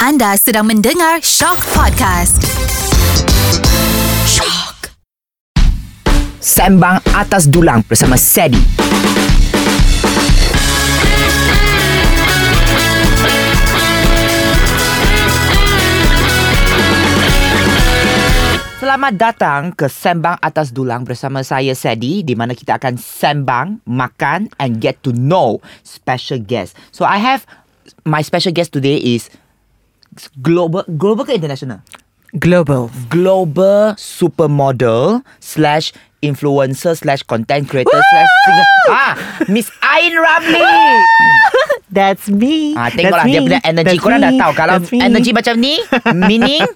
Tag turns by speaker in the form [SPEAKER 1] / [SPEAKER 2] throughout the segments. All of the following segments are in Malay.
[SPEAKER 1] Anda sedang mendengar Shock Podcast. Shock.
[SPEAKER 2] Sembang Atas Dulang bersama Sedi. Selamat datang ke Sembang Atas Dulang bersama saya Sedi di mana kita akan sembang, makan and get to know special guest. So I have my special guest today is global global ke international?
[SPEAKER 3] Global.
[SPEAKER 2] global supermodel slash influencer slash content creator slash singer. Ah, Miss Ain Ramli.
[SPEAKER 3] That's me.
[SPEAKER 2] ah, tengoklah
[SPEAKER 3] Ah, That's
[SPEAKER 2] dia
[SPEAKER 3] me.
[SPEAKER 2] punya energy.
[SPEAKER 3] That's
[SPEAKER 2] Korang
[SPEAKER 3] me.
[SPEAKER 2] dah tahu kalau
[SPEAKER 3] That's me.
[SPEAKER 2] energy macam ni, meaning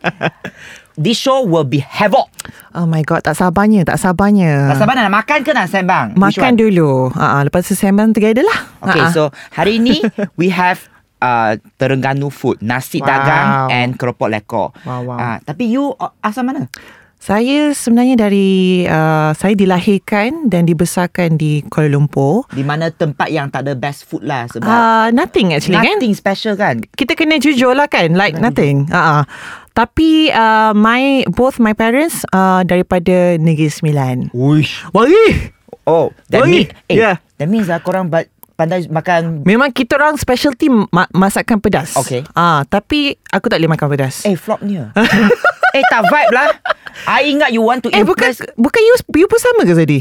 [SPEAKER 2] this show will be havoc.
[SPEAKER 3] Oh my god, tak sabarnya, tak sabarnya.
[SPEAKER 2] Tak sabar nak makan ke nak sembang? Which
[SPEAKER 3] Ah. Makan
[SPEAKER 2] one?
[SPEAKER 3] dulu. Ha lepas tu sembang together lah.
[SPEAKER 2] Okay,
[SPEAKER 3] Ha-ha.
[SPEAKER 2] so hari ni we have uh, Terengganu food, nasi
[SPEAKER 3] Wow.
[SPEAKER 2] dagang and keropok lekor.
[SPEAKER 3] Wow, wow.
[SPEAKER 2] Ah, tapi you uh, asal mana?
[SPEAKER 3] saya sebenarnya dari uh, saya dilahirkan dan dibesarkan di Kuala Lumpur.
[SPEAKER 2] Di mana tempat yang tak ada best food lah sebab
[SPEAKER 3] Uh, nothing actually kan?
[SPEAKER 2] nothing special kan?
[SPEAKER 3] kita kena jujur lah kan like nothing uh-uh. tapi uh, my both my parents uh, daripada Negeri Sembilan
[SPEAKER 2] Uish.
[SPEAKER 3] Wari
[SPEAKER 2] Oh, that
[SPEAKER 3] Oi,
[SPEAKER 2] means eh,
[SPEAKER 3] yeah.
[SPEAKER 2] that means lah korang ba- pandai makan
[SPEAKER 3] memang kita orang specialty ma- masakan pedas
[SPEAKER 2] Okay.
[SPEAKER 3] ah uh, tapi aku tak boleh makan pedas
[SPEAKER 2] eh flopnya. eh tak vibe lah. I ingat you want to
[SPEAKER 3] eh bukan
[SPEAKER 2] impress.
[SPEAKER 3] bukan you you pun sama ke tadi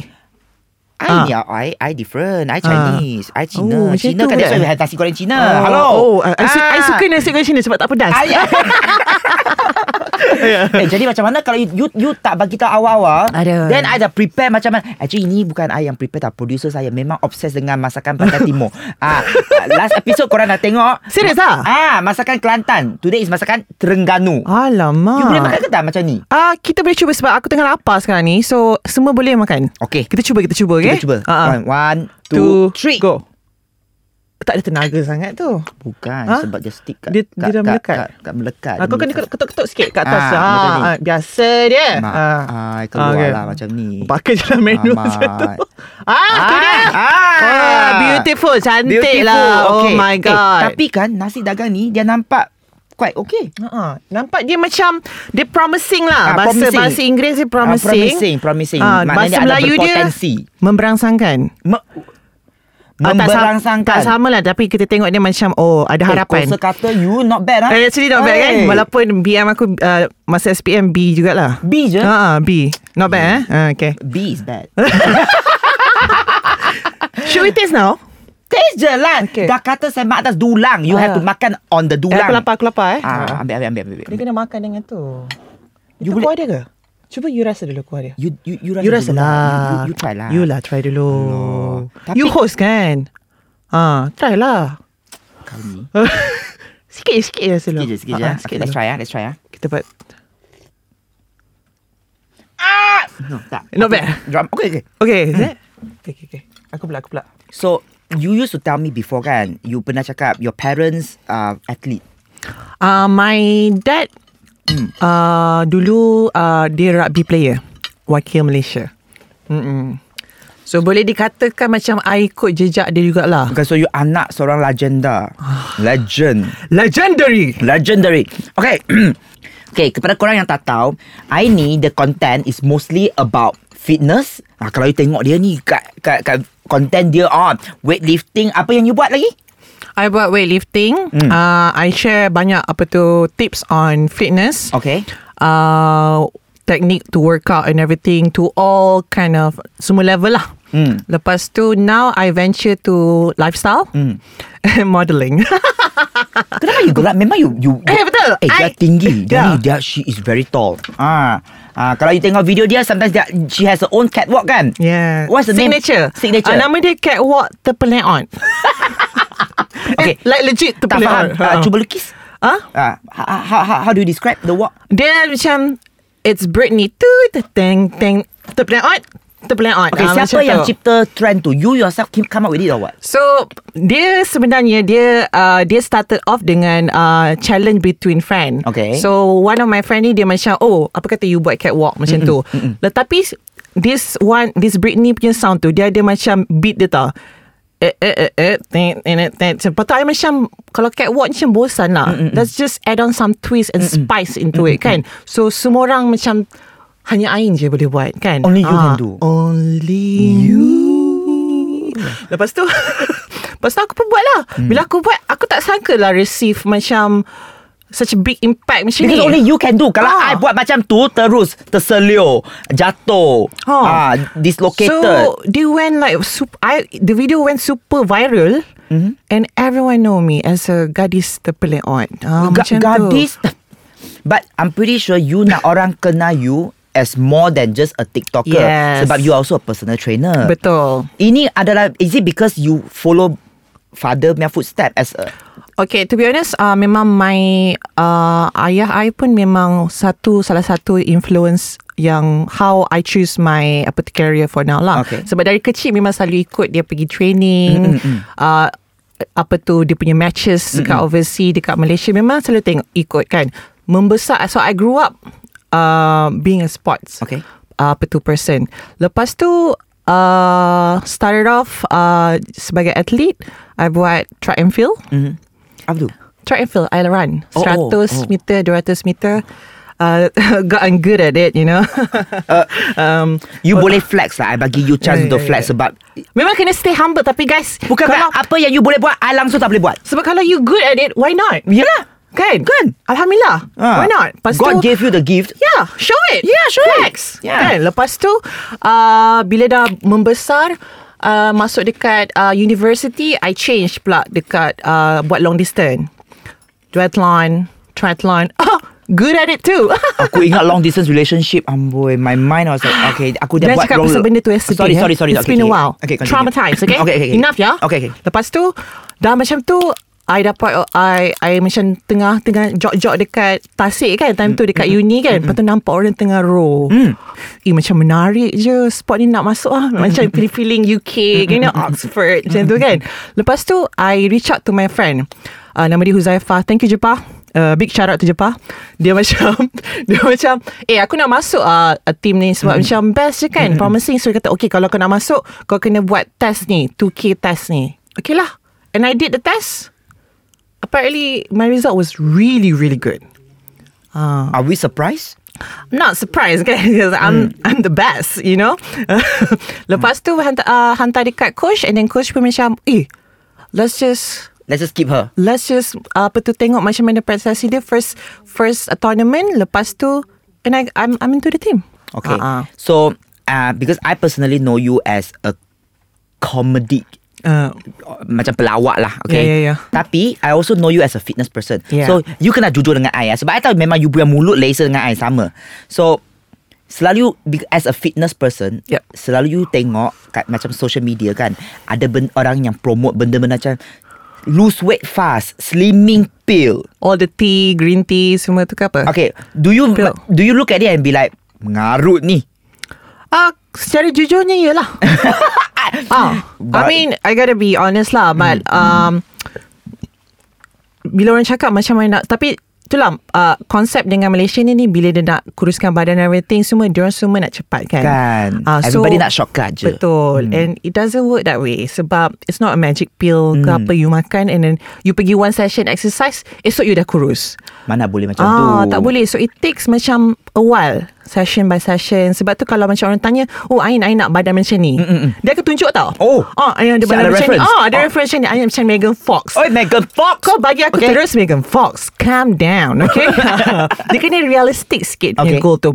[SPEAKER 2] I
[SPEAKER 3] ah.
[SPEAKER 2] ni I I different. I Chinese. I Cina.
[SPEAKER 3] Oh, macam
[SPEAKER 2] Cina
[SPEAKER 3] tu
[SPEAKER 2] kan that's
[SPEAKER 3] eh.
[SPEAKER 2] why we have nasi goreng Cina.
[SPEAKER 3] Oh,
[SPEAKER 2] Ah, Hello.
[SPEAKER 3] oh I, I, su-
[SPEAKER 2] Ah.
[SPEAKER 3] I suka nasi goreng Cina sebab tak pedas
[SPEAKER 2] I,
[SPEAKER 3] Ya.
[SPEAKER 2] eh, jadi macam mana kalau you you, you tak bagi tahu awal-awal
[SPEAKER 3] Aduh.
[SPEAKER 2] then I dah prepare macam mana actually ini bukan I yang prepare tak producer saya memang obses dengan masakan pantai timur ah last episode korang dah tengok
[SPEAKER 3] Serius ah
[SPEAKER 2] Ah, masakan Kelantan. Today is masakan Terengganu.
[SPEAKER 3] alamak
[SPEAKER 2] You boleh makan ke tak macam ni?
[SPEAKER 3] Ah, kita boleh cuba sebab aku tengah lapar sekarang ni. So, semua boleh makan.
[SPEAKER 2] Okay.
[SPEAKER 3] Kita cuba, kita cuba,
[SPEAKER 2] Kita
[SPEAKER 3] okay?
[SPEAKER 2] cuba.
[SPEAKER 3] Ah, ah.
[SPEAKER 2] One, one, two, three.
[SPEAKER 3] Go. Tak ada tenaga sangat tu.
[SPEAKER 2] Bukan
[SPEAKER 3] Ha?
[SPEAKER 2] sebab dia stick kat
[SPEAKER 3] Dia-
[SPEAKER 2] kat,
[SPEAKER 3] dia dah
[SPEAKER 2] kat,
[SPEAKER 3] melekat.
[SPEAKER 2] Kat, kat melekat.
[SPEAKER 3] Aku
[SPEAKER 2] Dia
[SPEAKER 3] kena
[SPEAKER 2] melekat.
[SPEAKER 3] ketuk-ketuk sikit kat atas.
[SPEAKER 2] Ah,
[SPEAKER 3] Ah,
[SPEAKER 2] macam ni.
[SPEAKER 3] ah, biasa dia.
[SPEAKER 2] Mak,
[SPEAKER 3] Ah.
[SPEAKER 2] ah, keluar
[SPEAKER 3] okay.
[SPEAKER 2] lah macam ni.
[SPEAKER 3] Pakai jalan manual
[SPEAKER 2] Amat.
[SPEAKER 3] macam tu. Ah, tu dia.
[SPEAKER 2] ah.
[SPEAKER 3] Ah, beautiful, cantik
[SPEAKER 2] Beautiful.
[SPEAKER 3] lah. Oh
[SPEAKER 2] Okay.
[SPEAKER 3] my
[SPEAKER 2] Eh,
[SPEAKER 3] God.
[SPEAKER 2] tapi kan nasi dagang ni dia nampak quite okay.
[SPEAKER 3] Ah, nampak dia macam dia promising
[SPEAKER 2] Ah,
[SPEAKER 3] lah. bahasa
[SPEAKER 2] promising.
[SPEAKER 3] bahasa Inggeris dia
[SPEAKER 2] Ah,
[SPEAKER 3] promising.
[SPEAKER 2] promising, promising.
[SPEAKER 3] Ah,
[SPEAKER 2] Maknanya
[SPEAKER 3] bahasa
[SPEAKER 2] ada
[SPEAKER 3] Melayu dia
[SPEAKER 2] berpotensi.
[SPEAKER 3] memberangsangkan.
[SPEAKER 2] Me-
[SPEAKER 3] Ah, tak sa-
[SPEAKER 2] memberangsangkan.
[SPEAKER 3] Tak sama lah tapi kita tengok dia macam oh ada
[SPEAKER 2] Eh,
[SPEAKER 3] harapan.
[SPEAKER 2] kosa kata you not bad ah.
[SPEAKER 3] Eh, actually not bad kan
[SPEAKER 2] Hey.
[SPEAKER 3] Walaupun BM aku uh, Masa SPM B jugalah
[SPEAKER 2] B je.
[SPEAKER 3] Ah, uh, B Not bad eh uh, Okay
[SPEAKER 2] B is bad.
[SPEAKER 3] Should we taste now?
[SPEAKER 2] Taste je lah.
[SPEAKER 3] Okay.
[SPEAKER 2] Dah kata sembang atas dulang. You have
[SPEAKER 3] Ah.
[SPEAKER 2] to makan on the
[SPEAKER 3] Eh,
[SPEAKER 2] dulang.
[SPEAKER 3] aku lapar, aku lapar eh
[SPEAKER 2] Ah, ambil, ambil, ambil, ambil.
[SPEAKER 3] Dia
[SPEAKER 2] ambil.
[SPEAKER 3] kena makan dengan tu
[SPEAKER 2] You
[SPEAKER 3] Itu
[SPEAKER 2] boleh-
[SPEAKER 3] kuah dia ke? Cuba you rasa dulu kuah dia
[SPEAKER 2] You, you, you rasa,
[SPEAKER 3] You rasa
[SPEAKER 2] dulu
[SPEAKER 3] lah
[SPEAKER 2] You, you, you try lah.
[SPEAKER 3] You lah try dulu
[SPEAKER 2] Alah.
[SPEAKER 3] You
[SPEAKER 2] Tapi-
[SPEAKER 3] host kan? Ah, Try lah
[SPEAKER 2] Kau ni.
[SPEAKER 3] Sikit je, sikit je rasa dulu
[SPEAKER 2] Sikit je, sikit je.
[SPEAKER 3] Ah, ah,
[SPEAKER 2] okay,
[SPEAKER 3] sikit
[SPEAKER 2] let's
[SPEAKER 3] dulu.
[SPEAKER 2] try ah, let's try ah.
[SPEAKER 3] Kita buat
[SPEAKER 2] No, tak.
[SPEAKER 3] Not bad
[SPEAKER 2] Drum. Okay, okay.
[SPEAKER 3] Okay is it?
[SPEAKER 2] Hmm.
[SPEAKER 3] Okay, okay, okay Aku pula, aku pula
[SPEAKER 2] So, you used to tell me before kan, you pernah cakap your parents are athlete. Hmm.
[SPEAKER 3] Uh, my dad uh, dulu uh, dia rugby player wakil Malaysia. Mm-mm. So boleh dikatakan macam I ikut jejak dia jugalah.
[SPEAKER 2] Okay, so you anak seorang legenda. Legend.
[SPEAKER 3] Legendary.
[SPEAKER 2] Legendary. Okay. okay, kepada korang yang tak tahu, I ni the content is mostly about fitness. Ah, kalau you tengok dia ni kat kat, kat content dia on weightlifting, apa yang you buat lagi?
[SPEAKER 3] I buat weightlifting.
[SPEAKER 2] Hmm.
[SPEAKER 3] Mm. Uh, I share banyak apa tu tips on fitness.
[SPEAKER 2] Okay.
[SPEAKER 3] Uh, technique to work out and everything to all kind of semua level lah.
[SPEAKER 2] Hmm.
[SPEAKER 3] Lepas tu now I venture to lifestyle
[SPEAKER 2] Hmm.
[SPEAKER 3] mm. and modeling.
[SPEAKER 2] Kenapa you gerak? Memang you you
[SPEAKER 3] Eh, betul.
[SPEAKER 2] Eh, dia
[SPEAKER 3] I-
[SPEAKER 2] tinggi. Dia
[SPEAKER 3] Yeah.
[SPEAKER 2] ni dia she is very tall. Ah. Ah, kalau you tengok video dia sometimes dia she has her own catwalk kan?
[SPEAKER 3] Yeah.
[SPEAKER 2] What's the
[SPEAKER 3] signature?
[SPEAKER 2] name? Signature.
[SPEAKER 3] Uh, nama dia Catwalk Terpeleon.
[SPEAKER 2] Okay.
[SPEAKER 3] Eh, like legit
[SPEAKER 2] tak faham.
[SPEAKER 3] terpeleon.
[SPEAKER 2] Ah, cuba lukis.
[SPEAKER 3] Huh?
[SPEAKER 2] Ah, how, how, how do you describe the walk?
[SPEAKER 3] Ha? Dia macam it's Britney tu teng teng terpeleon terpeleon.
[SPEAKER 2] Okay,
[SPEAKER 3] Ah,
[SPEAKER 2] siapa
[SPEAKER 3] macam
[SPEAKER 2] yang
[SPEAKER 3] tu.
[SPEAKER 2] cipta trend tu? You yourself came- come up with it or what?
[SPEAKER 3] So dia sebenarnya dia uh, dia started off dengan uh, challenge between friend.
[SPEAKER 2] Okay.
[SPEAKER 3] So one of my friend ni dia macam oh apa kata you buat catwalk macam tu. Tetapi this one this Britney punya sound tu dia ada macam beat dia tau. eh, eh, eh, eh, ting, ting, ting, ting. Lepas tu I macam Kalau catwalk macam bosan lah Mm-mm. Let's just add on some twist And Mm-mm. spice into Mm-mm. it kan So semua orang macam Hanya Ain je boleh buat kan
[SPEAKER 2] Only you can do.
[SPEAKER 3] Only you Lepas tu Lepas tu aku pun buat lah
[SPEAKER 2] Hmm.
[SPEAKER 3] mm. Bila aku buat Aku tak sangka lah Receive macam Such a big impact macam
[SPEAKER 2] Because
[SPEAKER 3] ni
[SPEAKER 2] only you can do Kalau I
[SPEAKER 3] Ah.
[SPEAKER 2] buat macam tu Terus Terselio Jatuh
[SPEAKER 3] Ha.
[SPEAKER 2] ah, Dislocated
[SPEAKER 3] So they went like sup- I, the video went super viral. Mm-hmm. And everyone know me as a gadis terpeleot.
[SPEAKER 2] Ga-
[SPEAKER 3] Ah, macam
[SPEAKER 2] Gadis
[SPEAKER 3] Tu.
[SPEAKER 2] But I'm pretty sure You nak orang kenal you As more than just a TikToker
[SPEAKER 3] Yes.
[SPEAKER 2] Sebab you are also a personal trainer
[SPEAKER 3] Betul.
[SPEAKER 2] Ini adalah Is it because you follow Father punya footstep As a
[SPEAKER 3] Okay, to be honest, uh, memang my uh, ayah I pun memang satu salah satu influence yang how I choose my apa tu, career for now lah.
[SPEAKER 2] Okay. Mm,
[SPEAKER 3] Sebab dari kecil memang selalu ikut dia pergi training. Mm-hmm. Uh, apa tu dia punya matches
[SPEAKER 2] mm.
[SPEAKER 3] dekat overseas dekat Malaysia memang selalu tengok ikut kan membesar so I grew up uh, being a sports
[SPEAKER 2] Okay.
[SPEAKER 3] uh, apa tu person lepas tu uh, started off uh, sebagai athlete I buat track and field
[SPEAKER 2] Apa tu?
[SPEAKER 3] track and field, I'll run.
[SPEAKER 2] Oh,
[SPEAKER 3] 100
[SPEAKER 2] oh, oh.
[SPEAKER 3] meter, 200 meter. Uh, got I'm good at it, you know. um,
[SPEAKER 2] You boleh flex lah I bagi you chance
[SPEAKER 3] Yeah,
[SPEAKER 2] untuk
[SPEAKER 3] yeah,
[SPEAKER 2] flex
[SPEAKER 3] yeah.
[SPEAKER 2] Sebab
[SPEAKER 3] memang kena stay humble tapi guys,
[SPEAKER 2] Bukan
[SPEAKER 3] kalau,
[SPEAKER 2] apa yang you boleh buat I langsung tak boleh buat
[SPEAKER 3] sebab kalau you good at it, why not?
[SPEAKER 2] Yelah
[SPEAKER 3] Kan?
[SPEAKER 2] Kan?
[SPEAKER 3] Alhamdulillah.
[SPEAKER 2] Ah.
[SPEAKER 3] Why not? Lepas
[SPEAKER 2] God
[SPEAKER 3] tu,
[SPEAKER 2] gave you the gift
[SPEAKER 3] Yeah, Ya, show it.
[SPEAKER 2] Yeah, show it.
[SPEAKER 3] Flex.
[SPEAKER 2] Yeah.
[SPEAKER 3] Kan? Lepas tu, uh, bila dah membesar, uh, masuk dekat uh, university, I change pula dekat uh, buat long distance. Duathlon, triathlon. Oh, good at it too.
[SPEAKER 2] Aku ingat long distance relationship Amboi My mind was like Okay aku dah
[SPEAKER 3] Dah
[SPEAKER 2] buat
[SPEAKER 3] cakap
[SPEAKER 2] roller
[SPEAKER 3] pasal benda tu yesterday
[SPEAKER 2] Sorry
[SPEAKER 3] eh.
[SPEAKER 2] sorry sorry
[SPEAKER 3] It's
[SPEAKER 2] okay,
[SPEAKER 3] been a
[SPEAKER 2] okay.
[SPEAKER 3] while
[SPEAKER 2] okay, continue.
[SPEAKER 3] Traumatized okay?
[SPEAKER 2] okay, okay
[SPEAKER 3] Enough ya
[SPEAKER 2] Okay okay
[SPEAKER 3] Lepas tu Dah macam tu I dapat I I macam tengah Tengah jog-jog dekat Tasik kan Time tu dekat uni kan Lepas tu nampak orang tengah row mm. Eh macam menarik je Spot ni nak masuk ah Macam feeling-feeling UK You know Oxford Macam tu kan Lepas tu I reach out to my friend uh, Nama dia Huzaifah Thank you Jepah uh, big shout out to Jepah. Dia macam dia macam eh aku nak masuk uh, team ni sebab macam best je kan promising so dia kata okay kalau kau nak masuk kau kena buat test ni 2k test ni. Okay lah. And I did the test. Apparently my result was really really good.
[SPEAKER 2] Are we surprised?
[SPEAKER 3] not surprised kan because I'm I'm the best you know lepas tu hantar, uh, hantar dekat coach and then coach pun macam eh let's just
[SPEAKER 2] Let's just keep her
[SPEAKER 3] let's just uh, apa tu tengok macam mana prestasi dia first first uh, tournament lepas tu and I I'm I'm into the team.
[SPEAKER 2] Okay
[SPEAKER 3] Uh-uh.
[SPEAKER 2] So uh, Because I personally know you as a Comedy
[SPEAKER 3] Uh,
[SPEAKER 2] macam pelawak lah okay?
[SPEAKER 3] Ya, ya, ya.
[SPEAKER 2] Tapi I also know you as a fitness person
[SPEAKER 3] Ya.
[SPEAKER 2] So you kena jujur dengan I eh? Sebab I tahu memang you punya mulut laser dengan I sama So Selalu be- As a fitness person
[SPEAKER 3] Yup.
[SPEAKER 2] Selalu you tengok kat, Macam social media kan Ada ben- orang yang promote Benda-benda macam Lose weight fast Slimming pill
[SPEAKER 3] all the tea, green tea semua tu ke apa?
[SPEAKER 2] Okay Do you
[SPEAKER 3] Pill.
[SPEAKER 2] Do you look at it and be like Mengarut ni
[SPEAKER 3] Ah, uh, secara jujurnya ialah. ah, I
[SPEAKER 2] But- Hmm,
[SPEAKER 3] mean, I gotta be honest lah, but um, bila orang cakap macam mana nak, tapi itulah uh, konsep dengan Malaysia ni ni bila dia nak kuruskan badan and everything semua dia orang semua nak cepat kan.
[SPEAKER 2] Kan. Everybody nak shortcut je. Hmm.
[SPEAKER 3] Betul. And it doesn't work that way sebab it's not a magic pill ke
[SPEAKER 2] Hmm.
[SPEAKER 3] apa you makan and then you pergi one session exercise esok you dah kurus.
[SPEAKER 2] Mana boleh macam tu
[SPEAKER 3] Ah, tak boleh. So it takes macam a while session by session. Sebab tu kalau macam orang tanya, "Oh, Ain Ain nak badan macam ni." Mm-mm. Dia akan tunjuk tau.
[SPEAKER 2] Oh.
[SPEAKER 3] Ah, Ain
[SPEAKER 2] Siap
[SPEAKER 3] ada
[SPEAKER 2] ada
[SPEAKER 3] badan macam ni.
[SPEAKER 2] reference.
[SPEAKER 3] Ah, ada
[SPEAKER 2] Ah.
[SPEAKER 3] reference macam ni. Ain macam Megan Fox.
[SPEAKER 2] Oi Megan Fox
[SPEAKER 3] Kau bagi aku okay. terus Megan Fox. Calm down, okay? dia kena realistic sikit
[SPEAKER 2] Okay.
[SPEAKER 3] punya goal tu.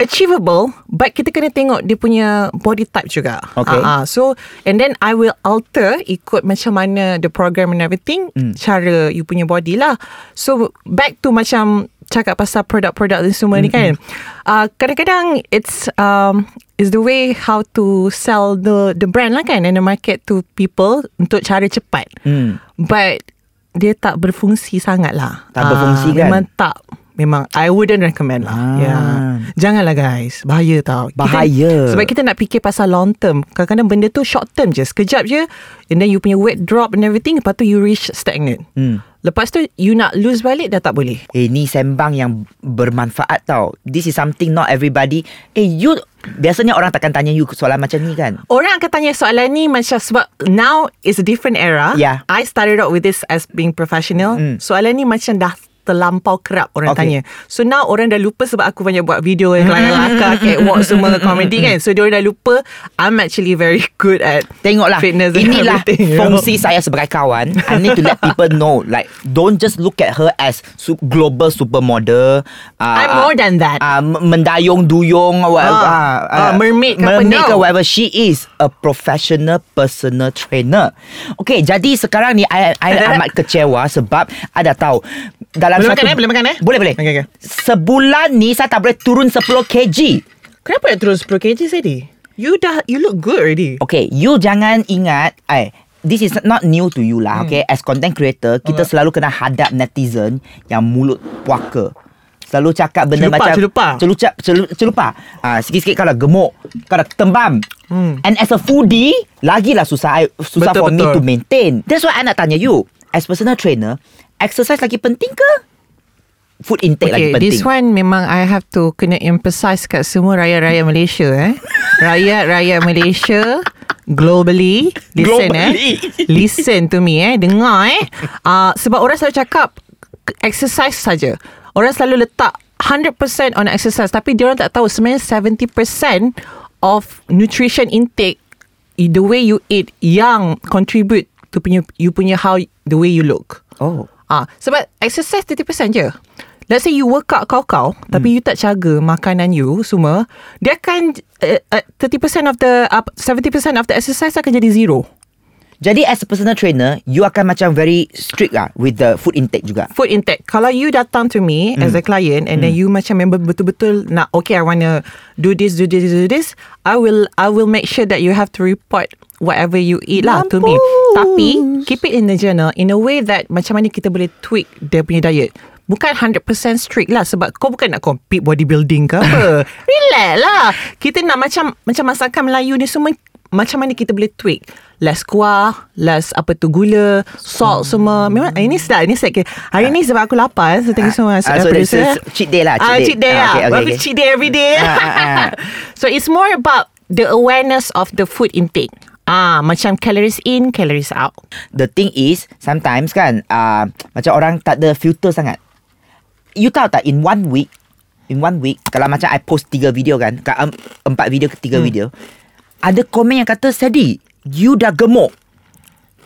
[SPEAKER 3] Achievable But kita kena tengok Dia punya body type juga
[SPEAKER 2] Okay.
[SPEAKER 3] Ah, ah. So And then I will alter Ikut macam mana The program and everything
[SPEAKER 2] Hmm.
[SPEAKER 3] Cara you punya body lah So Back to macam Cakap pasal produk-produk ni semua ni
[SPEAKER 2] Hmm,
[SPEAKER 3] kan uh, Kadang-kadang It's um, Is the way How to sell the The brand lah kan And the market to people Untuk cara cepat
[SPEAKER 2] Hmm.
[SPEAKER 3] But Dia tak berfungsi sangat lah
[SPEAKER 2] Tak
[SPEAKER 3] Ah,
[SPEAKER 2] berfungsi kan?
[SPEAKER 3] Memang tak Memang I wouldn't recommend lah
[SPEAKER 2] Ah.
[SPEAKER 3] yeah. Janganlah guys Bahaya tau Kita-
[SPEAKER 2] Bahaya.
[SPEAKER 3] Sebab kita nak fikir pasal long term Kadang-kadang benda
[SPEAKER 2] Hmm.
[SPEAKER 3] tu short term je Sekejap je And then you punya weight drop and everything Lepas tu you reach stagnant Lepas tu you nak lose balik dah tak boleh.
[SPEAKER 2] Eh ni sembang yang bermanfaat tau This is something not everybody Eh you Biasanya orang takkan tanya you soalan macam ni kan
[SPEAKER 3] Orang akan tanya soalan ni macam sebab now is a different era.
[SPEAKER 2] Yeah.
[SPEAKER 3] I started out with this as being professional.
[SPEAKER 2] Hmm.
[SPEAKER 3] Mm. Soalan ni macam dah terlampau kerap
[SPEAKER 2] Okay.
[SPEAKER 3] orang okay. tanya. So now orang dah lupa sebab aku banyak buat video yang kelakar-kelakar, catwalk semua comedy kan. So dia orang dah lupa I'm actually very good at
[SPEAKER 2] Tengoklah
[SPEAKER 3] fitness and
[SPEAKER 2] Inilah
[SPEAKER 3] everything, you know.
[SPEAKER 2] fungsi saya sebagai kawan I need to let people know Like Don't just look at her as su- Global supermodel uh,
[SPEAKER 3] I'm more than that.
[SPEAKER 2] uh, m- Mendayung Duyung or whatever,
[SPEAKER 3] Ah, ah, mermaid ke apa,
[SPEAKER 2] Mermaid
[SPEAKER 3] no.
[SPEAKER 2] ke whatever She is a professional personal trainer Okay jadi sekarang ni I, I amat kecewa Sebab Ada tahu Dalam satu
[SPEAKER 3] Boleh makan, eh? Boleh makan, eh?
[SPEAKER 2] Boleh boleh
[SPEAKER 3] Okay, okay.
[SPEAKER 2] Sebulan ni Saya tak boleh turun 10 kg
[SPEAKER 3] Kenapa nak turun 10 kg tadi? You dah you look good already.
[SPEAKER 2] Okay, you jangan ingat, eh, this is not new to you
[SPEAKER 3] Hmm.
[SPEAKER 2] lah, okay? As content creator, kita selalu kena hadap netizen yang mulut puaka. Selalu cakap benda
[SPEAKER 3] Celupa,
[SPEAKER 2] macam
[SPEAKER 3] celupa.
[SPEAKER 2] celupa celupa celupa. Ah sikit-sikit kau dah gemuk, kau dah tembam. Hmm. And as a foodie, lagilah susah I, susah for
[SPEAKER 3] Betul,
[SPEAKER 2] me
[SPEAKER 3] betul.
[SPEAKER 2] to maintain. That's why I nak tanya you, as personal trainer, exercise lagi penting ke? Food intake lagi
[SPEAKER 3] Okay,
[SPEAKER 2] penting.
[SPEAKER 3] this one memang I have to kena emphasize kat semua rakyat-rakyat Malaysia eh. Rakyat-rakyat Malaysia globally listen
[SPEAKER 2] Globally.
[SPEAKER 3] eh. Listen to me eh, dengar eh. Uh, sebab orang selalu cakap k- exercise saja. Orang selalu letak 100% on exercise tapi dia orang tak tahu sebenarnya 70% of nutrition intake i- the way you eat yang contribute to punya you punya how the way you look.
[SPEAKER 2] Oh.
[SPEAKER 3] Ah, sebab exercise 30% je. Let's say you workout kau-kau tapi you tak jaga makanan you semua, dia akan uh, uh, 30% of the uh, 70% of the exercise akan jadi zero.
[SPEAKER 2] Jadi as a personal trainer, you akan macam very strict lah with the food intake juga.
[SPEAKER 3] Food intake. Kalau you datang to me as a client and then you macam member betul-betul nak okay I want to do this do this do this, I will I will make sure that you have to report whatever you eat lah to me.
[SPEAKER 2] Mampus.
[SPEAKER 3] Tapi keep it in the journal in a way that macam mana kita boleh tweak dia punya diet. Bukan 100% strict lah sebab kau bukan nak compete bodybuilding ke apa. Relax lah. Kita nak macam macam masakan Melayu ni semua macam mana kita boleh tweak. Less kuah, less apa tu gula,
[SPEAKER 2] Hmm.
[SPEAKER 3] salt semua. Memang eh, ini sedap, ini sedap. Hari ni sebab aku lapar, eh, so thank you so much.
[SPEAKER 2] Ah, so this is cheat day lah, cheat
[SPEAKER 3] Ah,
[SPEAKER 2] day.
[SPEAKER 3] cheat day
[SPEAKER 2] Ah,
[SPEAKER 3] lah.
[SPEAKER 2] okay, okay,
[SPEAKER 3] Aku
[SPEAKER 2] okay.
[SPEAKER 3] cheat day every day.
[SPEAKER 2] Ah, ah, ah.
[SPEAKER 3] So it's more about the awareness of the food intake. Ah, macam calories in, calories out.
[SPEAKER 2] The thing is Sometimes kan uh, Macam orang tak ada filter sangat You tahu tak In one week In one week Kalau macam I post tiga video kan kat, um, Empat video ke tiga hmm. video Ada komen yang kata Sadi You dah gemuk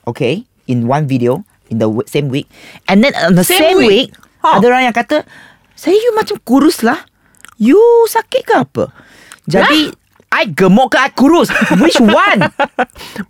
[SPEAKER 2] Okay In one video In the w- same week And then on the same,
[SPEAKER 3] Same
[SPEAKER 2] week,
[SPEAKER 3] week? Ha.
[SPEAKER 2] Ada orang yang kata Saya you macam kurus lah You sakit ke apa Jadi I gemuk ke I kurus Which one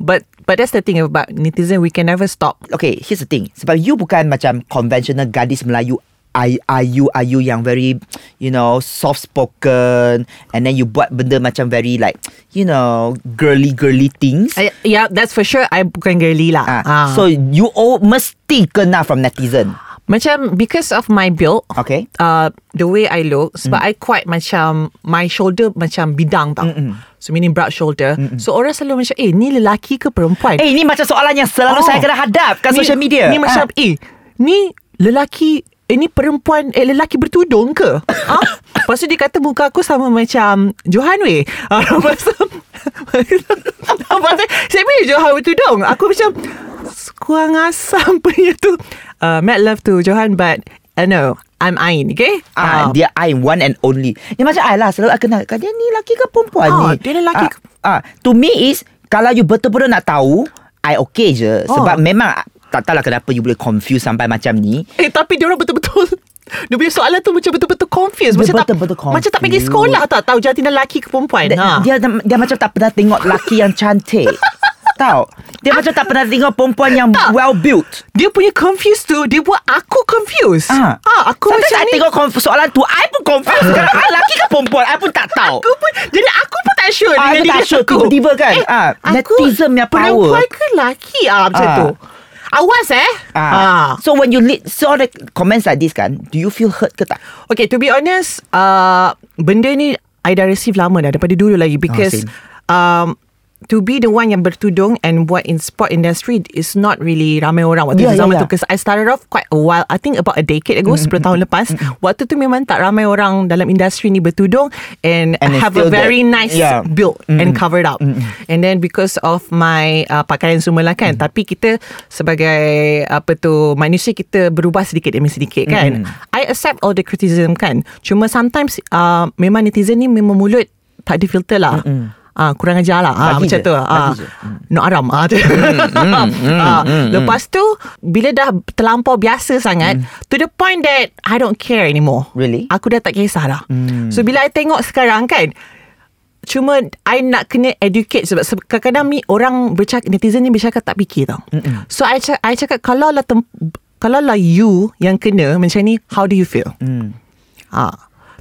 [SPEAKER 3] But but that's the thing about netizen. We can never stop.
[SPEAKER 2] okay, here's the thing. Sebab you bukan macam conventional gadis Melayu ay- ayu ayu yang very you know soft spoken and then you buat benda macam very like you know girly girly things.
[SPEAKER 3] I, Uh, yeah, that's for sure. I bukan girly lah.
[SPEAKER 2] Ah,
[SPEAKER 3] Ah.
[SPEAKER 2] So you all mesti kena from netizen.
[SPEAKER 3] macam because of my build,
[SPEAKER 2] Okay.
[SPEAKER 3] uh, the way I look,
[SPEAKER 2] Mm.
[SPEAKER 3] sebab I quite macam my shoulder macam bidang tau. So meaning broad shoulder. So orang selalu macam, eh ni lelaki ke perempuan?
[SPEAKER 2] Eh, ini macam soalan yang selalu
[SPEAKER 3] Oh.
[SPEAKER 2] saya kena hadap kat
[SPEAKER 3] ni,
[SPEAKER 2] social media. Ha.
[SPEAKER 3] Ni macam eh ni lelaki eh ni perempuan eh lelaki bertudung ke? Ha? Lepas tu dia kata muka aku sama macam Johan weh. Ha, lepas tu lepas tu saya punya Johan bertudung. Aku macam kurang asam punya tu. Uh, mad love to Johan but uh, no I'm Ain okay?
[SPEAKER 2] Ah, dia I one and only. Dia macam I lah selalu I kenal. Kan dia ni lelaki ke perempuan
[SPEAKER 3] Ah,
[SPEAKER 2] ni?
[SPEAKER 3] dia lelaki
[SPEAKER 2] Ah, ah, to me is kalau you betul-betul nak tahu, I okay je.
[SPEAKER 3] Oh.
[SPEAKER 2] Sebab memang tak tahulah kenapa you boleh confuse sampai macam ni.
[SPEAKER 3] Eh tapi dia orang betul-betul dia punya soalan tu macam betul-betul confused
[SPEAKER 2] Dia
[SPEAKER 3] macam
[SPEAKER 2] betul-betul
[SPEAKER 3] tak macam tak pergi
[SPEAKER 2] confused.
[SPEAKER 3] sekolah tak tahu jantina lelaki ke perempuan
[SPEAKER 2] Dia,
[SPEAKER 3] ha.
[SPEAKER 2] dia dia macam tak pernah tengok lelaki yang cantik. Tahu? Dia macam tak pernah tengok perempuan yang
[SPEAKER 3] Ah. Tak.
[SPEAKER 2] well built.
[SPEAKER 3] Dia punya confused tu Dia buat aku confused
[SPEAKER 2] Ah,
[SPEAKER 3] ah Aku
[SPEAKER 2] Sometimes
[SPEAKER 3] macam
[SPEAKER 2] I
[SPEAKER 3] ni Ah.
[SPEAKER 2] tengok conf- soalan tu, I pun confused. Sekarang I lelaki ke perempuan, I pun tak tahu.
[SPEAKER 3] aku pun, Jadi aku pun tak sure
[SPEAKER 2] Ah, aku tak
[SPEAKER 3] dengan diri
[SPEAKER 2] sure.
[SPEAKER 3] aku.
[SPEAKER 2] Tiba-tiba kan,
[SPEAKER 3] eh,
[SPEAKER 2] ah,
[SPEAKER 3] aku
[SPEAKER 2] netizen punya power.
[SPEAKER 3] Perempuan ke lelaki ah, Macam
[SPEAKER 2] Ah.
[SPEAKER 3] tu Awas eh
[SPEAKER 2] Ah. So when you li- saw the comments like this kan, do you feel hurt ke tak?
[SPEAKER 3] Okay to be honest
[SPEAKER 2] Ah,
[SPEAKER 3] uh, Benda ni I dah receive lama dah Daripada dulu lagi Because
[SPEAKER 2] same.
[SPEAKER 3] um, to be the one yang bertudung and buat in sport industry is not really ramai orang waktu
[SPEAKER 2] Yeah,
[SPEAKER 3] yeah,
[SPEAKER 2] yeah,
[SPEAKER 3] zaman
[SPEAKER 2] yeah.
[SPEAKER 3] tu because I started off quite a while I think about a decade
[SPEAKER 2] Mm,
[SPEAKER 3] ago 10 tahun lepas waktu tu memang tak ramai orang dalam industri ni bertudung and,
[SPEAKER 2] And it's
[SPEAKER 3] have a
[SPEAKER 2] still
[SPEAKER 3] very
[SPEAKER 2] that- Ya.
[SPEAKER 3] nice
[SPEAKER 2] yeah.
[SPEAKER 3] build and covered up and then because of my uh, pakaian semua lah
[SPEAKER 2] Mm.
[SPEAKER 3] kan tapi kita sebagai apa tu manusia kita berubah sedikit demi sedikit kan I accept all the criticism kan cuma sometimes uh, memang netizen ni memang mulut tak ada filter lah Ah, kurang ajar lah ah,
[SPEAKER 2] Bagi
[SPEAKER 3] Macam
[SPEAKER 2] je,
[SPEAKER 3] tu ah,
[SPEAKER 2] bagi je. Mm.
[SPEAKER 3] Nak haram ah, tu. Ah, Lepas tu Bila dah terlampau biasa sangat To the point that I don't care anymore
[SPEAKER 2] Mm. Really? Mm.
[SPEAKER 3] Aku dah tak kisah dah So bila I tengok sekarang kan Cuma I nak kena educate sebab sebab kadang-kadang ni orang bercakap netizen ni bercakap tak fikir tau. Mm-mm. So I cakap, I cakap kalau lah tem, kalau lah you yang kena macam ni how do you feel? Mm. Ha.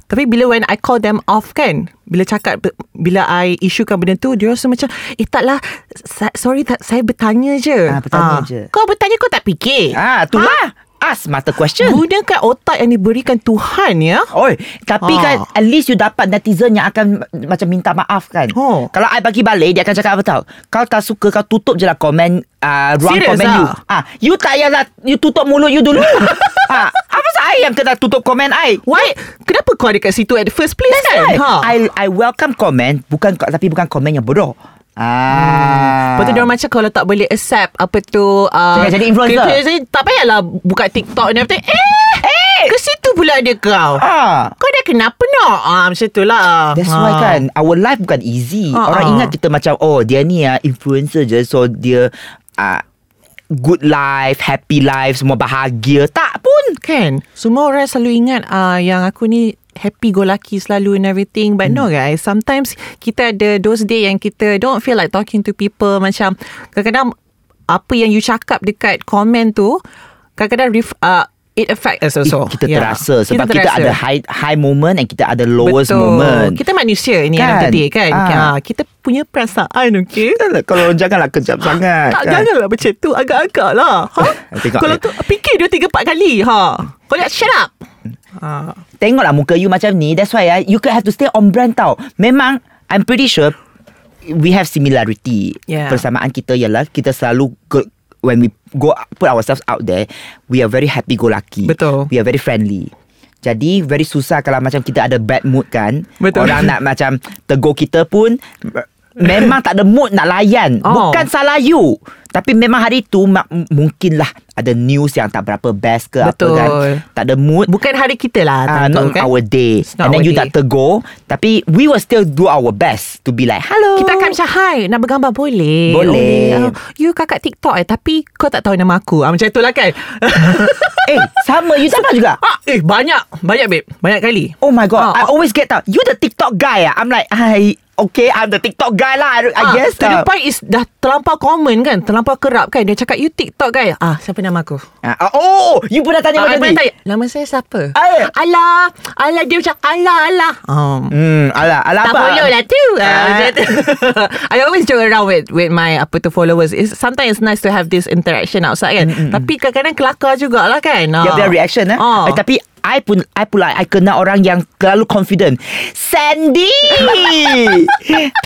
[SPEAKER 3] Tapi bila when I call them off kan Bila cakap Bila I issuekan benda tu Dia rasa macam Eh tak lah sa- Sorry tak, saya bertanya je
[SPEAKER 2] Ah, bertanya je.
[SPEAKER 3] Kau bertanya kau tak fikir
[SPEAKER 2] Ah, itulah. Ah. Ask mata question.
[SPEAKER 3] Gunakan otak yang diberikan Tuhan ya
[SPEAKER 2] Oi, tapi
[SPEAKER 3] Ah.
[SPEAKER 2] kan at least you dapat netizen yang akan macam minta maaf kan.
[SPEAKER 3] Oh.
[SPEAKER 2] Kalau I bagi balik dia akan cakap apa tahu? Kau tak suka kau tutup je lah komen uh, ruang
[SPEAKER 3] Serious
[SPEAKER 2] komen
[SPEAKER 3] ah?
[SPEAKER 2] you. Ah, you tak payahlah you tutup mulut you dulu. ah, apa sah I yang kena tutup komen I?
[SPEAKER 3] Why? Kenapa kau ada kat situ at the first place
[SPEAKER 2] Kan?
[SPEAKER 3] kan?
[SPEAKER 2] I I welcome comment bukan tapi bukan komen yang bodoh. Ah.
[SPEAKER 3] Lepas tu diorang macam Kalau tak boleh accept Apa tu uh,
[SPEAKER 2] Jangan Ah. jadi influencer.
[SPEAKER 3] Jadi tak payahlah Buka TikTok dan everything Eh Eh Ke situ pula ada kau
[SPEAKER 2] Ah.
[SPEAKER 3] Kau dah kenapa nak ah, Macam tu lah
[SPEAKER 2] That's why
[SPEAKER 3] Ah.
[SPEAKER 2] kan Our life bukan easy
[SPEAKER 3] Ah,
[SPEAKER 2] Orang
[SPEAKER 3] ah.
[SPEAKER 2] ingat kita macam Oh dia ni ah, Influencer je So dia ah, Good life Happy life Semua bahagia Tak pun
[SPEAKER 3] Kan Semua orang selalu ingat uh, Yang aku ni Happy go lucky selalu and everything But
[SPEAKER 2] Hmm.
[SPEAKER 3] no guys Sometimes Kita ada those day yang kita Don't feel like talking to people Macam Kadang-kadang Apa yang you cakap dekat komen tu Kadang-kadang ref, uh, It affect us
[SPEAKER 2] Eh,
[SPEAKER 3] also
[SPEAKER 2] Kita terasa Sebab kita,
[SPEAKER 3] ya. terasa.
[SPEAKER 2] ada high high moment And kita ada lowest moment
[SPEAKER 3] Kita manusia ni kan?
[SPEAKER 2] Kan?
[SPEAKER 3] Yang tadi kan
[SPEAKER 2] Ah.
[SPEAKER 3] ah. Kita punya perasaan okay
[SPEAKER 2] Janganlah, Kalau janganlah kejam sangat kan. Eh,
[SPEAKER 3] tak, janganlah macam tu Agak-agak lah ha?
[SPEAKER 2] Tengok
[SPEAKER 3] Kalau
[SPEAKER 2] ni.
[SPEAKER 3] tu Fikir dua tiga empat kali ha? Kau nak shut up ha.
[SPEAKER 2] Tengoklah muka you macam ni That's why ah, You could have to stay on brand tau Memang I'm pretty sure We have similarity
[SPEAKER 3] Yeah.
[SPEAKER 2] Persamaan kita ialah Kita selalu go, When we go Put ourselves out there We are very happy-go-lucky
[SPEAKER 3] Betul.
[SPEAKER 2] We are very friendly jadi very susah kalau macam kita ada bad mood kan
[SPEAKER 3] Betul.
[SPEAKER 2] Orang nak macam tegur kita pun Memang tak ada mood nak layan
[SPEAKER 3] Oh.
[SPEAKER 2] Bukan salah you Tapi memang hari tu ma- Mungkinlah ada news yang tak berapa best ke apa kan
[SPEAKER 3] Betul.
[SPEAKER 2] Tak ada mood
[SPEAKER 3] Bukan hari kita lah
[SPEAKER 2] Ah,
[SPEAKER 3] tentu,
[SPEAKER 2] not
[SPEAKER 3] kan?
[SPEAKER 2] our day
[SPEAKER 3] It's
[SPEAKER 2] And
[SPEAKER 3] not
[SPEAKER 2] then
[SPEAKER 3] our
[SPEAKER 2] you
[SPEAKER 3] day.
[SPEAKER 2] tak tegur Tapi we will still do our best To be like Hello
[SPEAKER 3] Kita akan macam Hai nak bergambar boleh
[SPEAKER 2] Boleh.
[SPEAKER 3] Ah, You kakak TikTok eh Tapi kau tak tahu nama aku ah, Macam tu lah kan
[SPEAKER 2] Eh sama You dapat juga
[SPEAKER 3] ah, Eh banyak Banyak babe Banyak kali
[SPEAKER 2] Oh my god
[SPEAKER 3] Ah,
[SPEAKER 2] I always get that You the TikTok guy ah. I'm like I, Okay I'm the TikTok guy lah I, I
[SPEAKER 3] Ah,
[SPEAKER 2] guess
[SPEAKER 3] To
[SPEAKER 2] ah.
[SPEAKER 3] the point is Dah terlampau common kan Terlampau kerap kan Dia cakap you TikTok kan Ah siapa nama aku
[SPEAKER 2] Ah, ah, Oh You pernah tanya
[SPEAKER 3] Ah, I
[SPEAKER 2] macam
[SPEAKER 3] pernah
[SPEAKER 2] ni
[SPEAKER 3] tanya Nama saya siapa
[SPEAKER 2] Eh.
[SPEAKER 3] Alah Alah dia macam Alah alah um,
[SPEAKER 2] Hmm, alah, alah
[SPEAKER 3] Tak
[SPEAKER 2] apa?
[SPEAKER 3] boleh lah tu Ah,
[SPEAKER 2] Ah.
[SPEAKER 3] macam tu. I always joke around with With my apa tu followers It's, Sometimes it's nice to have this interaction outside kan Tapi kadang-kadang kelakar jugalah kan
[SPEAKER 2] Dia
[SPEAKER 3] Ah.
[SPEAKER 2] punya reaction eh.
[SPEAKER 3] Ah.
[SPEAKER 2] eh tapi I pun I pula I kenal orang yang terlalu confident. Sandy.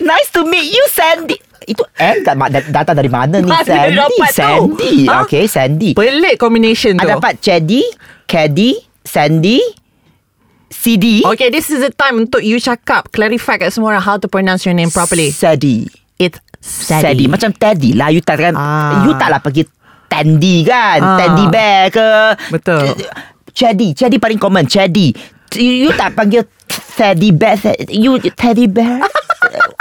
[SPEAKER 2] nice to meet you Sandy. Itu eh kat- ma- da- data dari mana ni
[SPEAKER 3] Mana
[SPEAKER 2] Sandy?
[SPEAKER 3] dapat tu?
[SPEAKER 2] Sandy.
[SPEAKER 3] Ha?
[SPEAKER 2] Okay, Sandy.
[SPEAKER 3] Pelik combination tu
[SPEAKER 2] I dapat Chaddy, Caddy, Sandy, CD.
[SPEAKER 3] Okay this is the time Untuk you cakap Clarify kat semua orang How to pronounce your name properly
[SPEAKER 2] Sadi.
[SPEAKER 3] It's
[SPEAKER 2] Sadi.
[SPEAKER 3] Sadie
[SPEAKER 2] Macam Teddy lah. You takkan
[SPEAKER 3] Ah.
[SPEAKER 2] you taklah pergi Tandy kan.
[SPEAKER 3] Ah.
[SPEAKER 2] Tandy bear ke.
[SPEAKER 3] Betul.
[SPEAKER 2] Chaddy. Chaddy paling common. Chaddy. You, you tak panggil Teddy bear. You Teddy bear.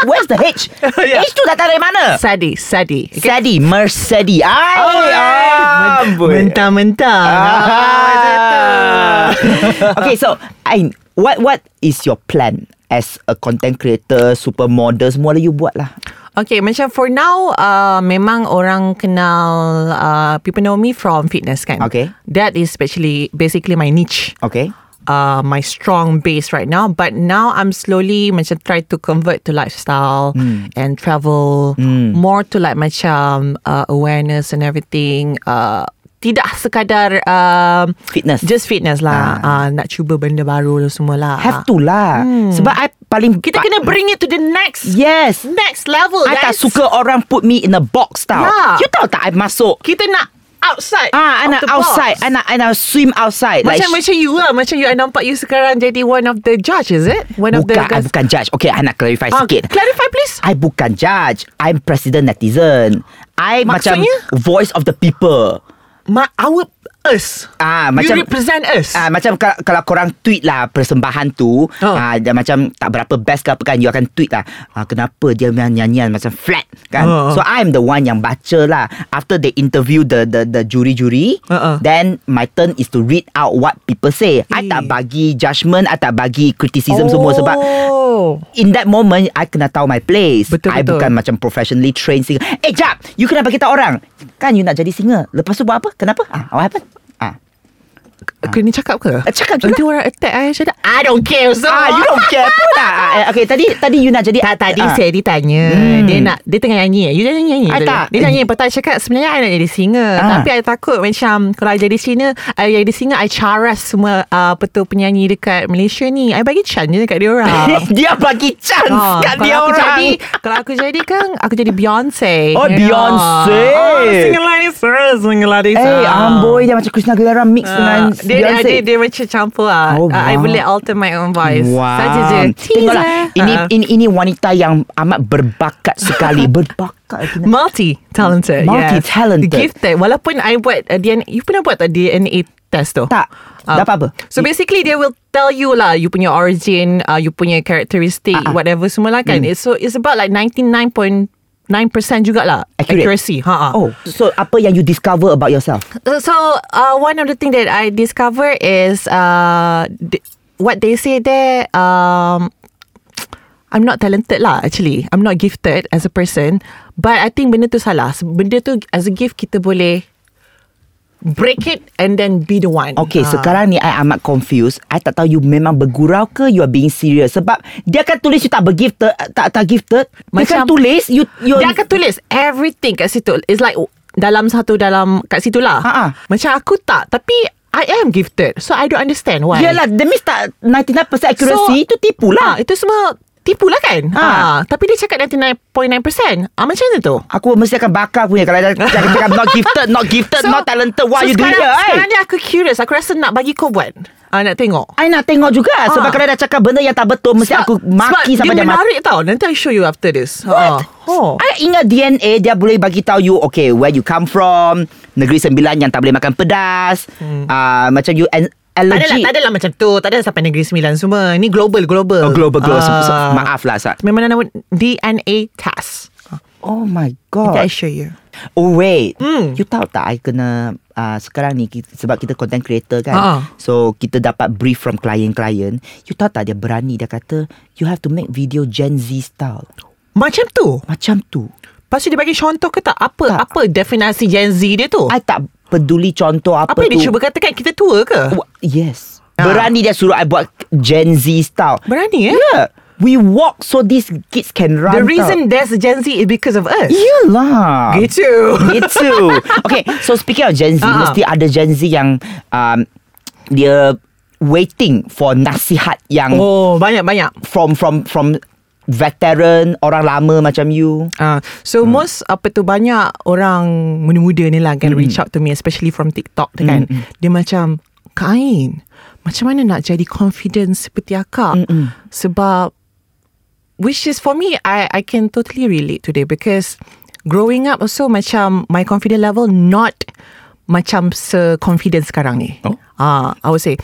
[SPEAKER 2] Where's the H?
[SPEAKER 3] Yeah.
[SPEAKER 2] H tu datang dari mana?
[SPEAKER 3] Sadie Sadie
[SPEAKER 2] Sadi. Mercedes. Ay,
[SPEAKER 3] Oh, ya. Alright.
[SPEAKER 2] amboi.
[SPEAKER 3] Mentah-mentah.
[SPEAKER 2] Ah. okay, so Ain, what what is your plan as a content creator, supermodel, semua lah you buat lah.
[SPEAKER 3] Okay, macam for now, uh, memang orang kenal, uh, people know me from fitness kan.
[SPEAKER 2] Okay.
[SPEAKER 3] That is actually basically my niche.
[SPEAKER 2] Okay.
[SPEAKER 3] Uh, my strong base right now but now I'm slowly macam try to convert to lifestyle
[SPEAKER 2] Hmm.
[SPEAKER 3] and travel more to like macam uh, awareness and everything uh, tidak sekadar um,
[SPEAKER 2] Fitness. Ah.
[SPEAKER 3] Ah, just fitness lah uh, nak cuba benda baru tu semua lah
[SPEAKER 2] Have to lah. Sebab I paling
[SPEAKER 3] Kita kena bring it to the next
[SPEAKER 2] Yes
[SPEAKER 3] next level
[SPEAKER 2] I tak
[SPEAKER 3] guys.
[SPEAKER 2] suka orang put me in a box tau
[SPEAKER 3] Yeah.
[SPEAKER 2] You tahu tak I masuk
[SPEAKER 3] Kita nak outside
[SPEAKER 2] Ah, I
[SPEAKER 3] Ya. of
[SPEAKER 2] nak
[SPEAKER 3] the box.
[SPEAKER 2] outside I nak, I nak swim outside
[SPEAKER 3] Macam macam you lah Macam you I nampak you sekarang Jadi one of the judge is it? One of the
[SPEAKER 2] Bukan I bukan judge Okay I nak clarify
[SPEAKER 3] Ah,
[SPEAKER 2] sikit
[SPEAKER 3] Clarify please
[SPEAKER 2] I bukan judge I'm president netizen I
[SPEAKER 3] Maksudnya?
[SPEAKER 2] macam Voice of the people
[SPEAKER 3] My, Our Us
[SPEAKER 2] Ah,
[SPEAKER 3] You
[SPEAKER 2] macam
[SPEAKER 3] represent us
[SPEAKER 2] Ah macam kalau, kalau korang tweet lah persembahan tu,
[SPEAKER 3] Oh.
[SPEAKER 2] ah dia macam tak berapa best ke apa kan you akan tweet lah. Ah, kenapa dia punya nyanyian macam flat kan?
[SPEAKER 3] Oh, oh.
[SPEAKER 2] So I'm the one yang baca lah after they interview the the the jury-jury.
[SPEAKER 3] Oh, oh.
[SPEAKER 2] Then my turn is to read out what people say. I
[SPEAKER 3] Eh.
[SPEAKER 2] tak bagi judgement, I tak bagi criticism semua sebab
[SPEAKER 3] Oh.
[SPEAKER 2] In that moment I kena tahu my place
[SPEAKER 3] Betul,
[SPEAKER 2] I
[SPEAKER 3] betul.
[SPEAKER 2] bukan macam Professionally trained singer Eh jap You kena bagi tahu orang Kan you nak jadi singer Lepas tu buat apa Kenapa ah, What happened ah.
[SPEAKER 3] Kena cakap ke?
[SPEAKER 2] Eh, cakap je
[SPEAKER 3] Nanti orang attack I Macam I don't care so
[SPEAKER 2] Ah, you don't care pun lah. Ah, okay, tadi tadi you nak jadi
[SPEAKER 3] Tak, tadi
[SPEAKER 2] ah.
[SPEAKER 3] saya ditanya Dia nak Dia tengah nyanyi You jangan nyanyi
[SPEAKER 2] Ah,
[SPEAKER 3] tadi.
[SPEAKER 2] tak.
[SPEAKER 3] Dia nyanyi Lepas tu I cakap Sebenarnya I nak jadi singer
[SPEAKER 2] Ah.
[SPEAKER 3] Tapi I takut macam Kalau I jadi singer I jadi singer I caras semua uh, Apa tu penyanyi dekat Malaysia ni I bagi chance je dekat dia orang
[SPEAKER 2] dia bagi chance
[SPEAKER 3] Ah,
[SPEAKER 2] kat
[SPEAKER 3] kalau
[SPEAKER 2] dia
[SPEAKER 3] aku
[SPEAKER 2] orang. Ah.
[SPEAKER 3] jadi, Kalau aku jadi kan Aku jadi Beyonce
[SPEAKER 2] Oh,
[SPEAKER 3] you know.
[SPEAKER 2] Beyonce.
[SPEAKER 3] Ah, Single ladies first Single ladies
[SPEAKER 2] Eh, hey,
[SPEAKER 3] ah.
[SPEAKER 2] amboi dia macam Krishna Aguilera mix dengan
[SPEAKER 3] Ah, dia, dia,
[SPEAKER 2] Beyonce.
[SPEAKER 3] dia, dia macam campur lah
[SPEAKER 2] Oh,
[SPEAKER 3] oh, I
[SPEAKER 2] wow.
[SPEAKER 3] boleh alter my own voice Saja je
[SPEAKER 2] Tengoklah ini,
[SPEAKER 3] Ah.
[SPEAKER 2] ini ini wanita yang amat berbakat sekali, berbakat. eh,
[SPEAKER 3] Multi talented.
[SPEAKER 2] Multi-talented.
[SPEAKER 3] Yes. Gifted. Walaupun I buat uh, DNA, you pernah buat tak DNA test tu? Ah.
[SPEAKER 2] Tak. Dapat apa?
[SPEAKER 3] So basically they will tell you lah you punya origin, uh, you punya characteristic,
[SPEAKER 2] Ah, ah.
[SPEAKER 3] whatever semua lah kan. It's so it's about like 99.9% jugalah
[SPEAKER 2] Accurate.
[SPEAKER 3] accuracy. Ha ah.
[SPEAKER 2] Oh, so apa yang you discover about yourself?
[SPEAKER 3] Uh, So uh, one of the thing that I discover is uh, th- what they say there. Um, I'm not talented lah actually. I'm not gifted as a person. But I think benda tu salah. Se- Benda tu as a gift kita boleh break it and then be the one.
[SPEAKER 2] Okay,
[SPEAKER 3] Ah.
[SPEAKER 2] sekarang ni I amat confused. I tak tahu you memang bergurau ke you are being serious sebab dia akan tulis you tak bergifted, tak tak gifted. Dia akan
[SPEAKER 3] Macam-
[SPEAKER 2] tulis you you
[SPEAKER 3] Dia akan tulis everything kat situ. It's like dalam satu dalam kat situ lah.
[SPEAKER 2] Ha, ah.
[SPEAKER 3] Macam aku tak tapi I am gifted. So I don't understand why.
[SPEAKER 2] Yalah, that means tak 99% accuracy so, itu tipu
[SPEAKER 3] Ah,
[SPEAKER 2] lah.
[SPEAKER 3] itu semua tipu lah kan.
[SPEAKER 2] Ah.
[SPEAKER 3] Ah. tapi dia cakap 99.9%. Ah, macam mana tu?
[SPEAKER 2] Aku mesti akan bakar punya kalau dia cakap, cakap not gifted, not gifted, so, not talented. What
[SPEAKER 3] so
[SPEAKER 2] you doing
[SPEAKER 3] sekarang,
[SPEAKER 2] here?
[SPEAKER 3] Sekarang
[SPEAKER 2] Sekarang,
[SPEAKER 3] ni aku curious. Aku rasa nak bagi kau buat. Ah, nak tengok.
[SPEAKER 2] I nak tengok juga ha. sebab
[SPEAKER 3] Ah.
[SPEAKER 2] kalau dia cakap benda yang tak betul mesti aku maki
[SPEAKER 3] sebab
[SPEAKER 2] sampai dia
[SPEAKER 3] dia
[SPEAKER 2] mati.
[SPEAKER 3] menarik tau. Nanti I show you after this. What? Oh.
[SPEAKER 2] I ingat DNA dia boleh bagi tahu you okay where you come from, negeri sembilan yang tak boleh makan pedas, hmm. uh, macam you an-
[SPEAKER 3] tak adalah,
[SPEAKER 2] allergy.
[SPEAKER 3] tak adalah macam tu. Tak ada sampai negeri sembilan semua. Ni global,
[SPEAKER 2] Oh,
[SPEAKER 3] global.
[SPEAKER 2] global global. So, so,
[SPEAKER 3] Ah.
[SPEAKER 2] maaf lah Sat.
[SPEAKER 3] Memang nama DNA test.
[SPEAKER 2] Oh my
[SPEAKER 3] Nanti
[SPEAKER 2] god.
[SPEAKER 3] I show you.
[SPEAKER 2] Oh wait
[SPEAKER 3] Hmm.
[SPEAKER 2] You tahu tak I kena uh, Sekarang ni ki- Sebab kita content creator kan
[SPEAKER 3] Ha.
[SPEAKER 2] So kita dapat brief From klien-klien You tahu tak dia berani Dia kata You have to make video Gen Z style
[SPEAKER 3] Macam tu.
[SPEAKER 2] Macam tu
[SPEAKER 3] Lepas tu dia bagi contoh ke tak? Apa
[SPEAKER 2] Tak.
[SPEAKER 3] apa definasi Gen Z dia tu?
[SPEAKER 2] I tak peduli contoh Apa,
[SPEAKER 3] apa Oh,
[SPEAKER 2] tu
[SPEAKER 3] dia cuba katakan kita tua ke?
[SPEAKER 2] Wa- Yes
[SPEAKER 3] Ha.
[SPEAKER 2] Berani dia suruh I buat Gen Z style
[SPEAKER 3] Berani eh?
[SPEAKER 2] Yeah We walk so these kids can run
[SPEAKER 3] The
[SPEAKER 2] tau.
[SPEAKER 3] reason there's Gen Z is because of us.
[SPEAKER 2] Yelah
[SPEAKER 3] Gitu.
[SPEAKER 2] Gitu Okay So speaking of Gen Z
[SPEAKER 3] Ah.
[SPEAKER 2] Mesti ada Gen Z yang um, Dia Waiting for nasihat yang oh.
[SPEAKER 3] Oh, banyak-banyak.
[SPEAKER 2] From from from Veteran Orang lama macam you
[SPEAKER 3] Uh, so hmm. most apa tu banyak orang muda-muda ni lah kan reach out to me especially from TikTok tu kan. Dia macam kain. Macam mana nak jadi confident seperti akak? Mm-mm. Sebab which is for me I I can totally relate today because growing up also macam my confidence level not macam se confident sekarang ni. Oh. Ah, I would say.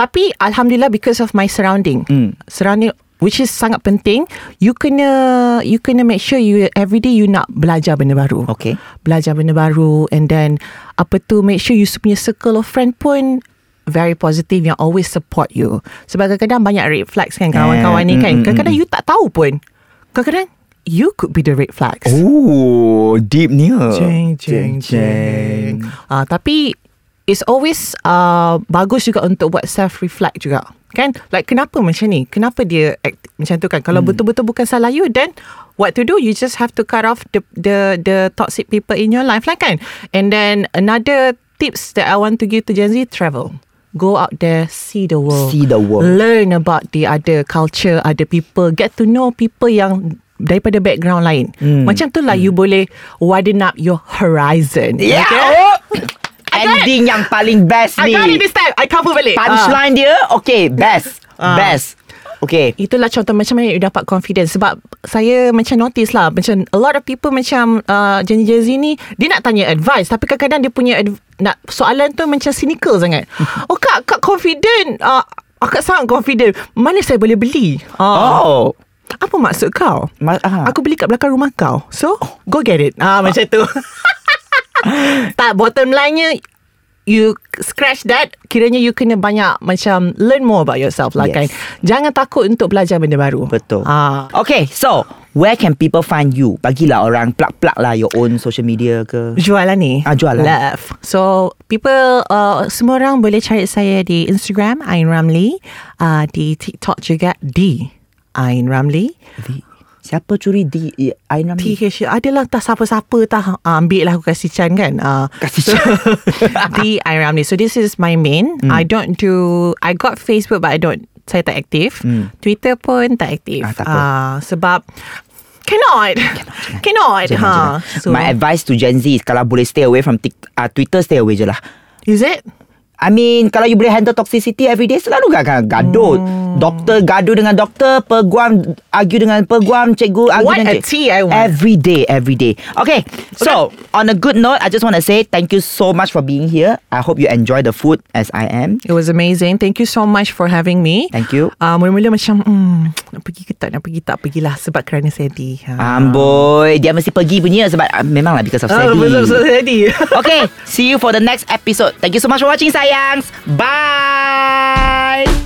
[SPEAKER 3] Tapi alhamdulillah because of my surrounding. Mm. Surrounding which is sangat penting. You kena you kena make sure you every day you nak belajar benda baru.
[SPEAKER 2] Okay.
[SPEAKER 3] Belajar benda baru and then apa tu make sure you punya circle of friend pun very positive yang always support you. Sebab kadang-kadang banyak red flags kan kawan-kawan ni kan. Kadang-kadang you tak tahu pun. Kadang-kadang you could be the red flags.
[SPEAKER 2] Oh Deep ni
[SPEAKER 3] Jeng, jeng, jeng. Ah, tapi it's always uh, bagus juga untuk buat self reflect juga. Kan? Like kenapa macam ni? Kenapa dia act macam tu kan? Kalau
[SPEAKER 2] Hmm.
[SPEAKER 3] betul-betul bukan salah you then what to do? You just have to cut off the the the toxic people in your life lah kan? And then another tips that I want to give to Gen Z travel. Go out there, see the world.
[SPEAKER 2] See the world.
[SPEAKER 3] Learn about the other culture, other people. Get to know people yang daripada background lain. Mm. Macam tu lah mm. you boleh widen up your horizon.
[SPEAKER 2] Yeah.
[SPEAKER 3] Okay?
[SPEAKER 2] Oh. Ending yang paling best
[SPEAKER 3] I
[SPEAKER 2] ni.
[SPEAKER 3] got it this time. I cover balik. Ah.
[SPEAKER 2] Punchline dia Okay Best
[SPEAKER 3] Ah.
[SPEAKER 2] Best Okay
[SPEAKER 3] Itulah contoh macam mana you dapat confidence sebab saya macam notice lah macam a lot of people macam uh, Gen Gen Z ni dia nak tanya advice tapi kadang-kadang dia punya adv- nak soalan tu macam cynical sangat. oh kak kak confident uh, akak sangat confident. Mana saya boleh beli? Uh,
[SPEAKER 2] Oh
[SPEAKER 3] apa maksud kau?
[SPEAKER 2] Ma- ah.
[SPEAKER 3] Aku beli kat belakang rumah kau. So go get it. Ah macam tu. tak bottom line-nya you scratch that kiranya you kena banyak macam learn more about yourself lah
[SPEAKER 2] Yes.
[SPEAKER 3] kan. Jangan takut untuk belajar benda baru.
[SPEAKER 2] Betul
[SPEAKER 3] Ah
[SPEAKER 2] Okay so Where can people find you? Bagilah orang Plug-plug lah Your own social media ke
[SPEAKER 3] Jualan lah ni
[SPEAKER 2] Ah, jualan.
[SPEAKER 3] Love So people uh, Semua orang boleh cari saya Di Instagram Ain Ramli uh, Di TikTok juga Di Ain Ramli
[SPEAKER 2] Di- Siapa curi eh, di i- Ain Ramli?
[SPEAKER 3] TH adalah tak siapa-siapa tah uh, ambil lah aku kasi Chan kan uh,
[SPEAKER 2] Kasi Chan.
[SPEAKER 3] di Ain Ramli so this is my main
[SPEAKER 2] Hmm.
[SPEAKER 3] I don't do I got Facebook but I don't saya tak aktif
[SPEAKER 2] Hmm.
[SPEAKER 3] Twitter pun tak aktif
[SPEAKER 2] Ah, tak apa.
[SPEAKER 3] uh, sebab cannot cannot,
[SPEAKER 2] Jangan,
[SPEAKER 3] ha
[SPEAKER 2] jangan. My advice to Gen Z is Kalau boleh stay away from tik, uh, Twitter Stay away je lah
[SPEAKER 3] is it
[SPEAKER 2] I mean Kalau you boleh handle toxicity every day Selalu gag- gaduh
[SPEAKER 3] Hmm.
[SPEAKER 2] Doktor gaduh dengan doktor Peguam Argue dengan peguam Cikgu argue
[SPEAKER 3] What
[SPEAKER 2] dengan
[SPEAKER 3] a
[SPEAKER 2] cik-
[SPEAKER 3] tea I want.
[SPEAKER 2] Every day Every day okay, so On a good note I just want to say Thank you so much for being here I hope you enjoy the food As I am
[SPEAKER 3] It was amazing. Thank you so much for having me.
[SPEAKER 2] Thank you.
[SPEAKER 3] Uh, mula-mula macam, hmm, nak pergi ke tak, nak pergi tak, pergilah sebab kerana sedih.
[SPEAKER 2] Ah,
[SPEAKER 3] Ha.
[SPEAKER 2] Amboi Um, Dia mesti pergi punya Sebab uh, memanglah Because of
[SPEAKER 3] Ah,
[SPEAKER 2] Sadie
[SPEAKER 3] sedih.
[SPEAKER 2] Okay See you for the next episode Thank you so much for watching sayang Bye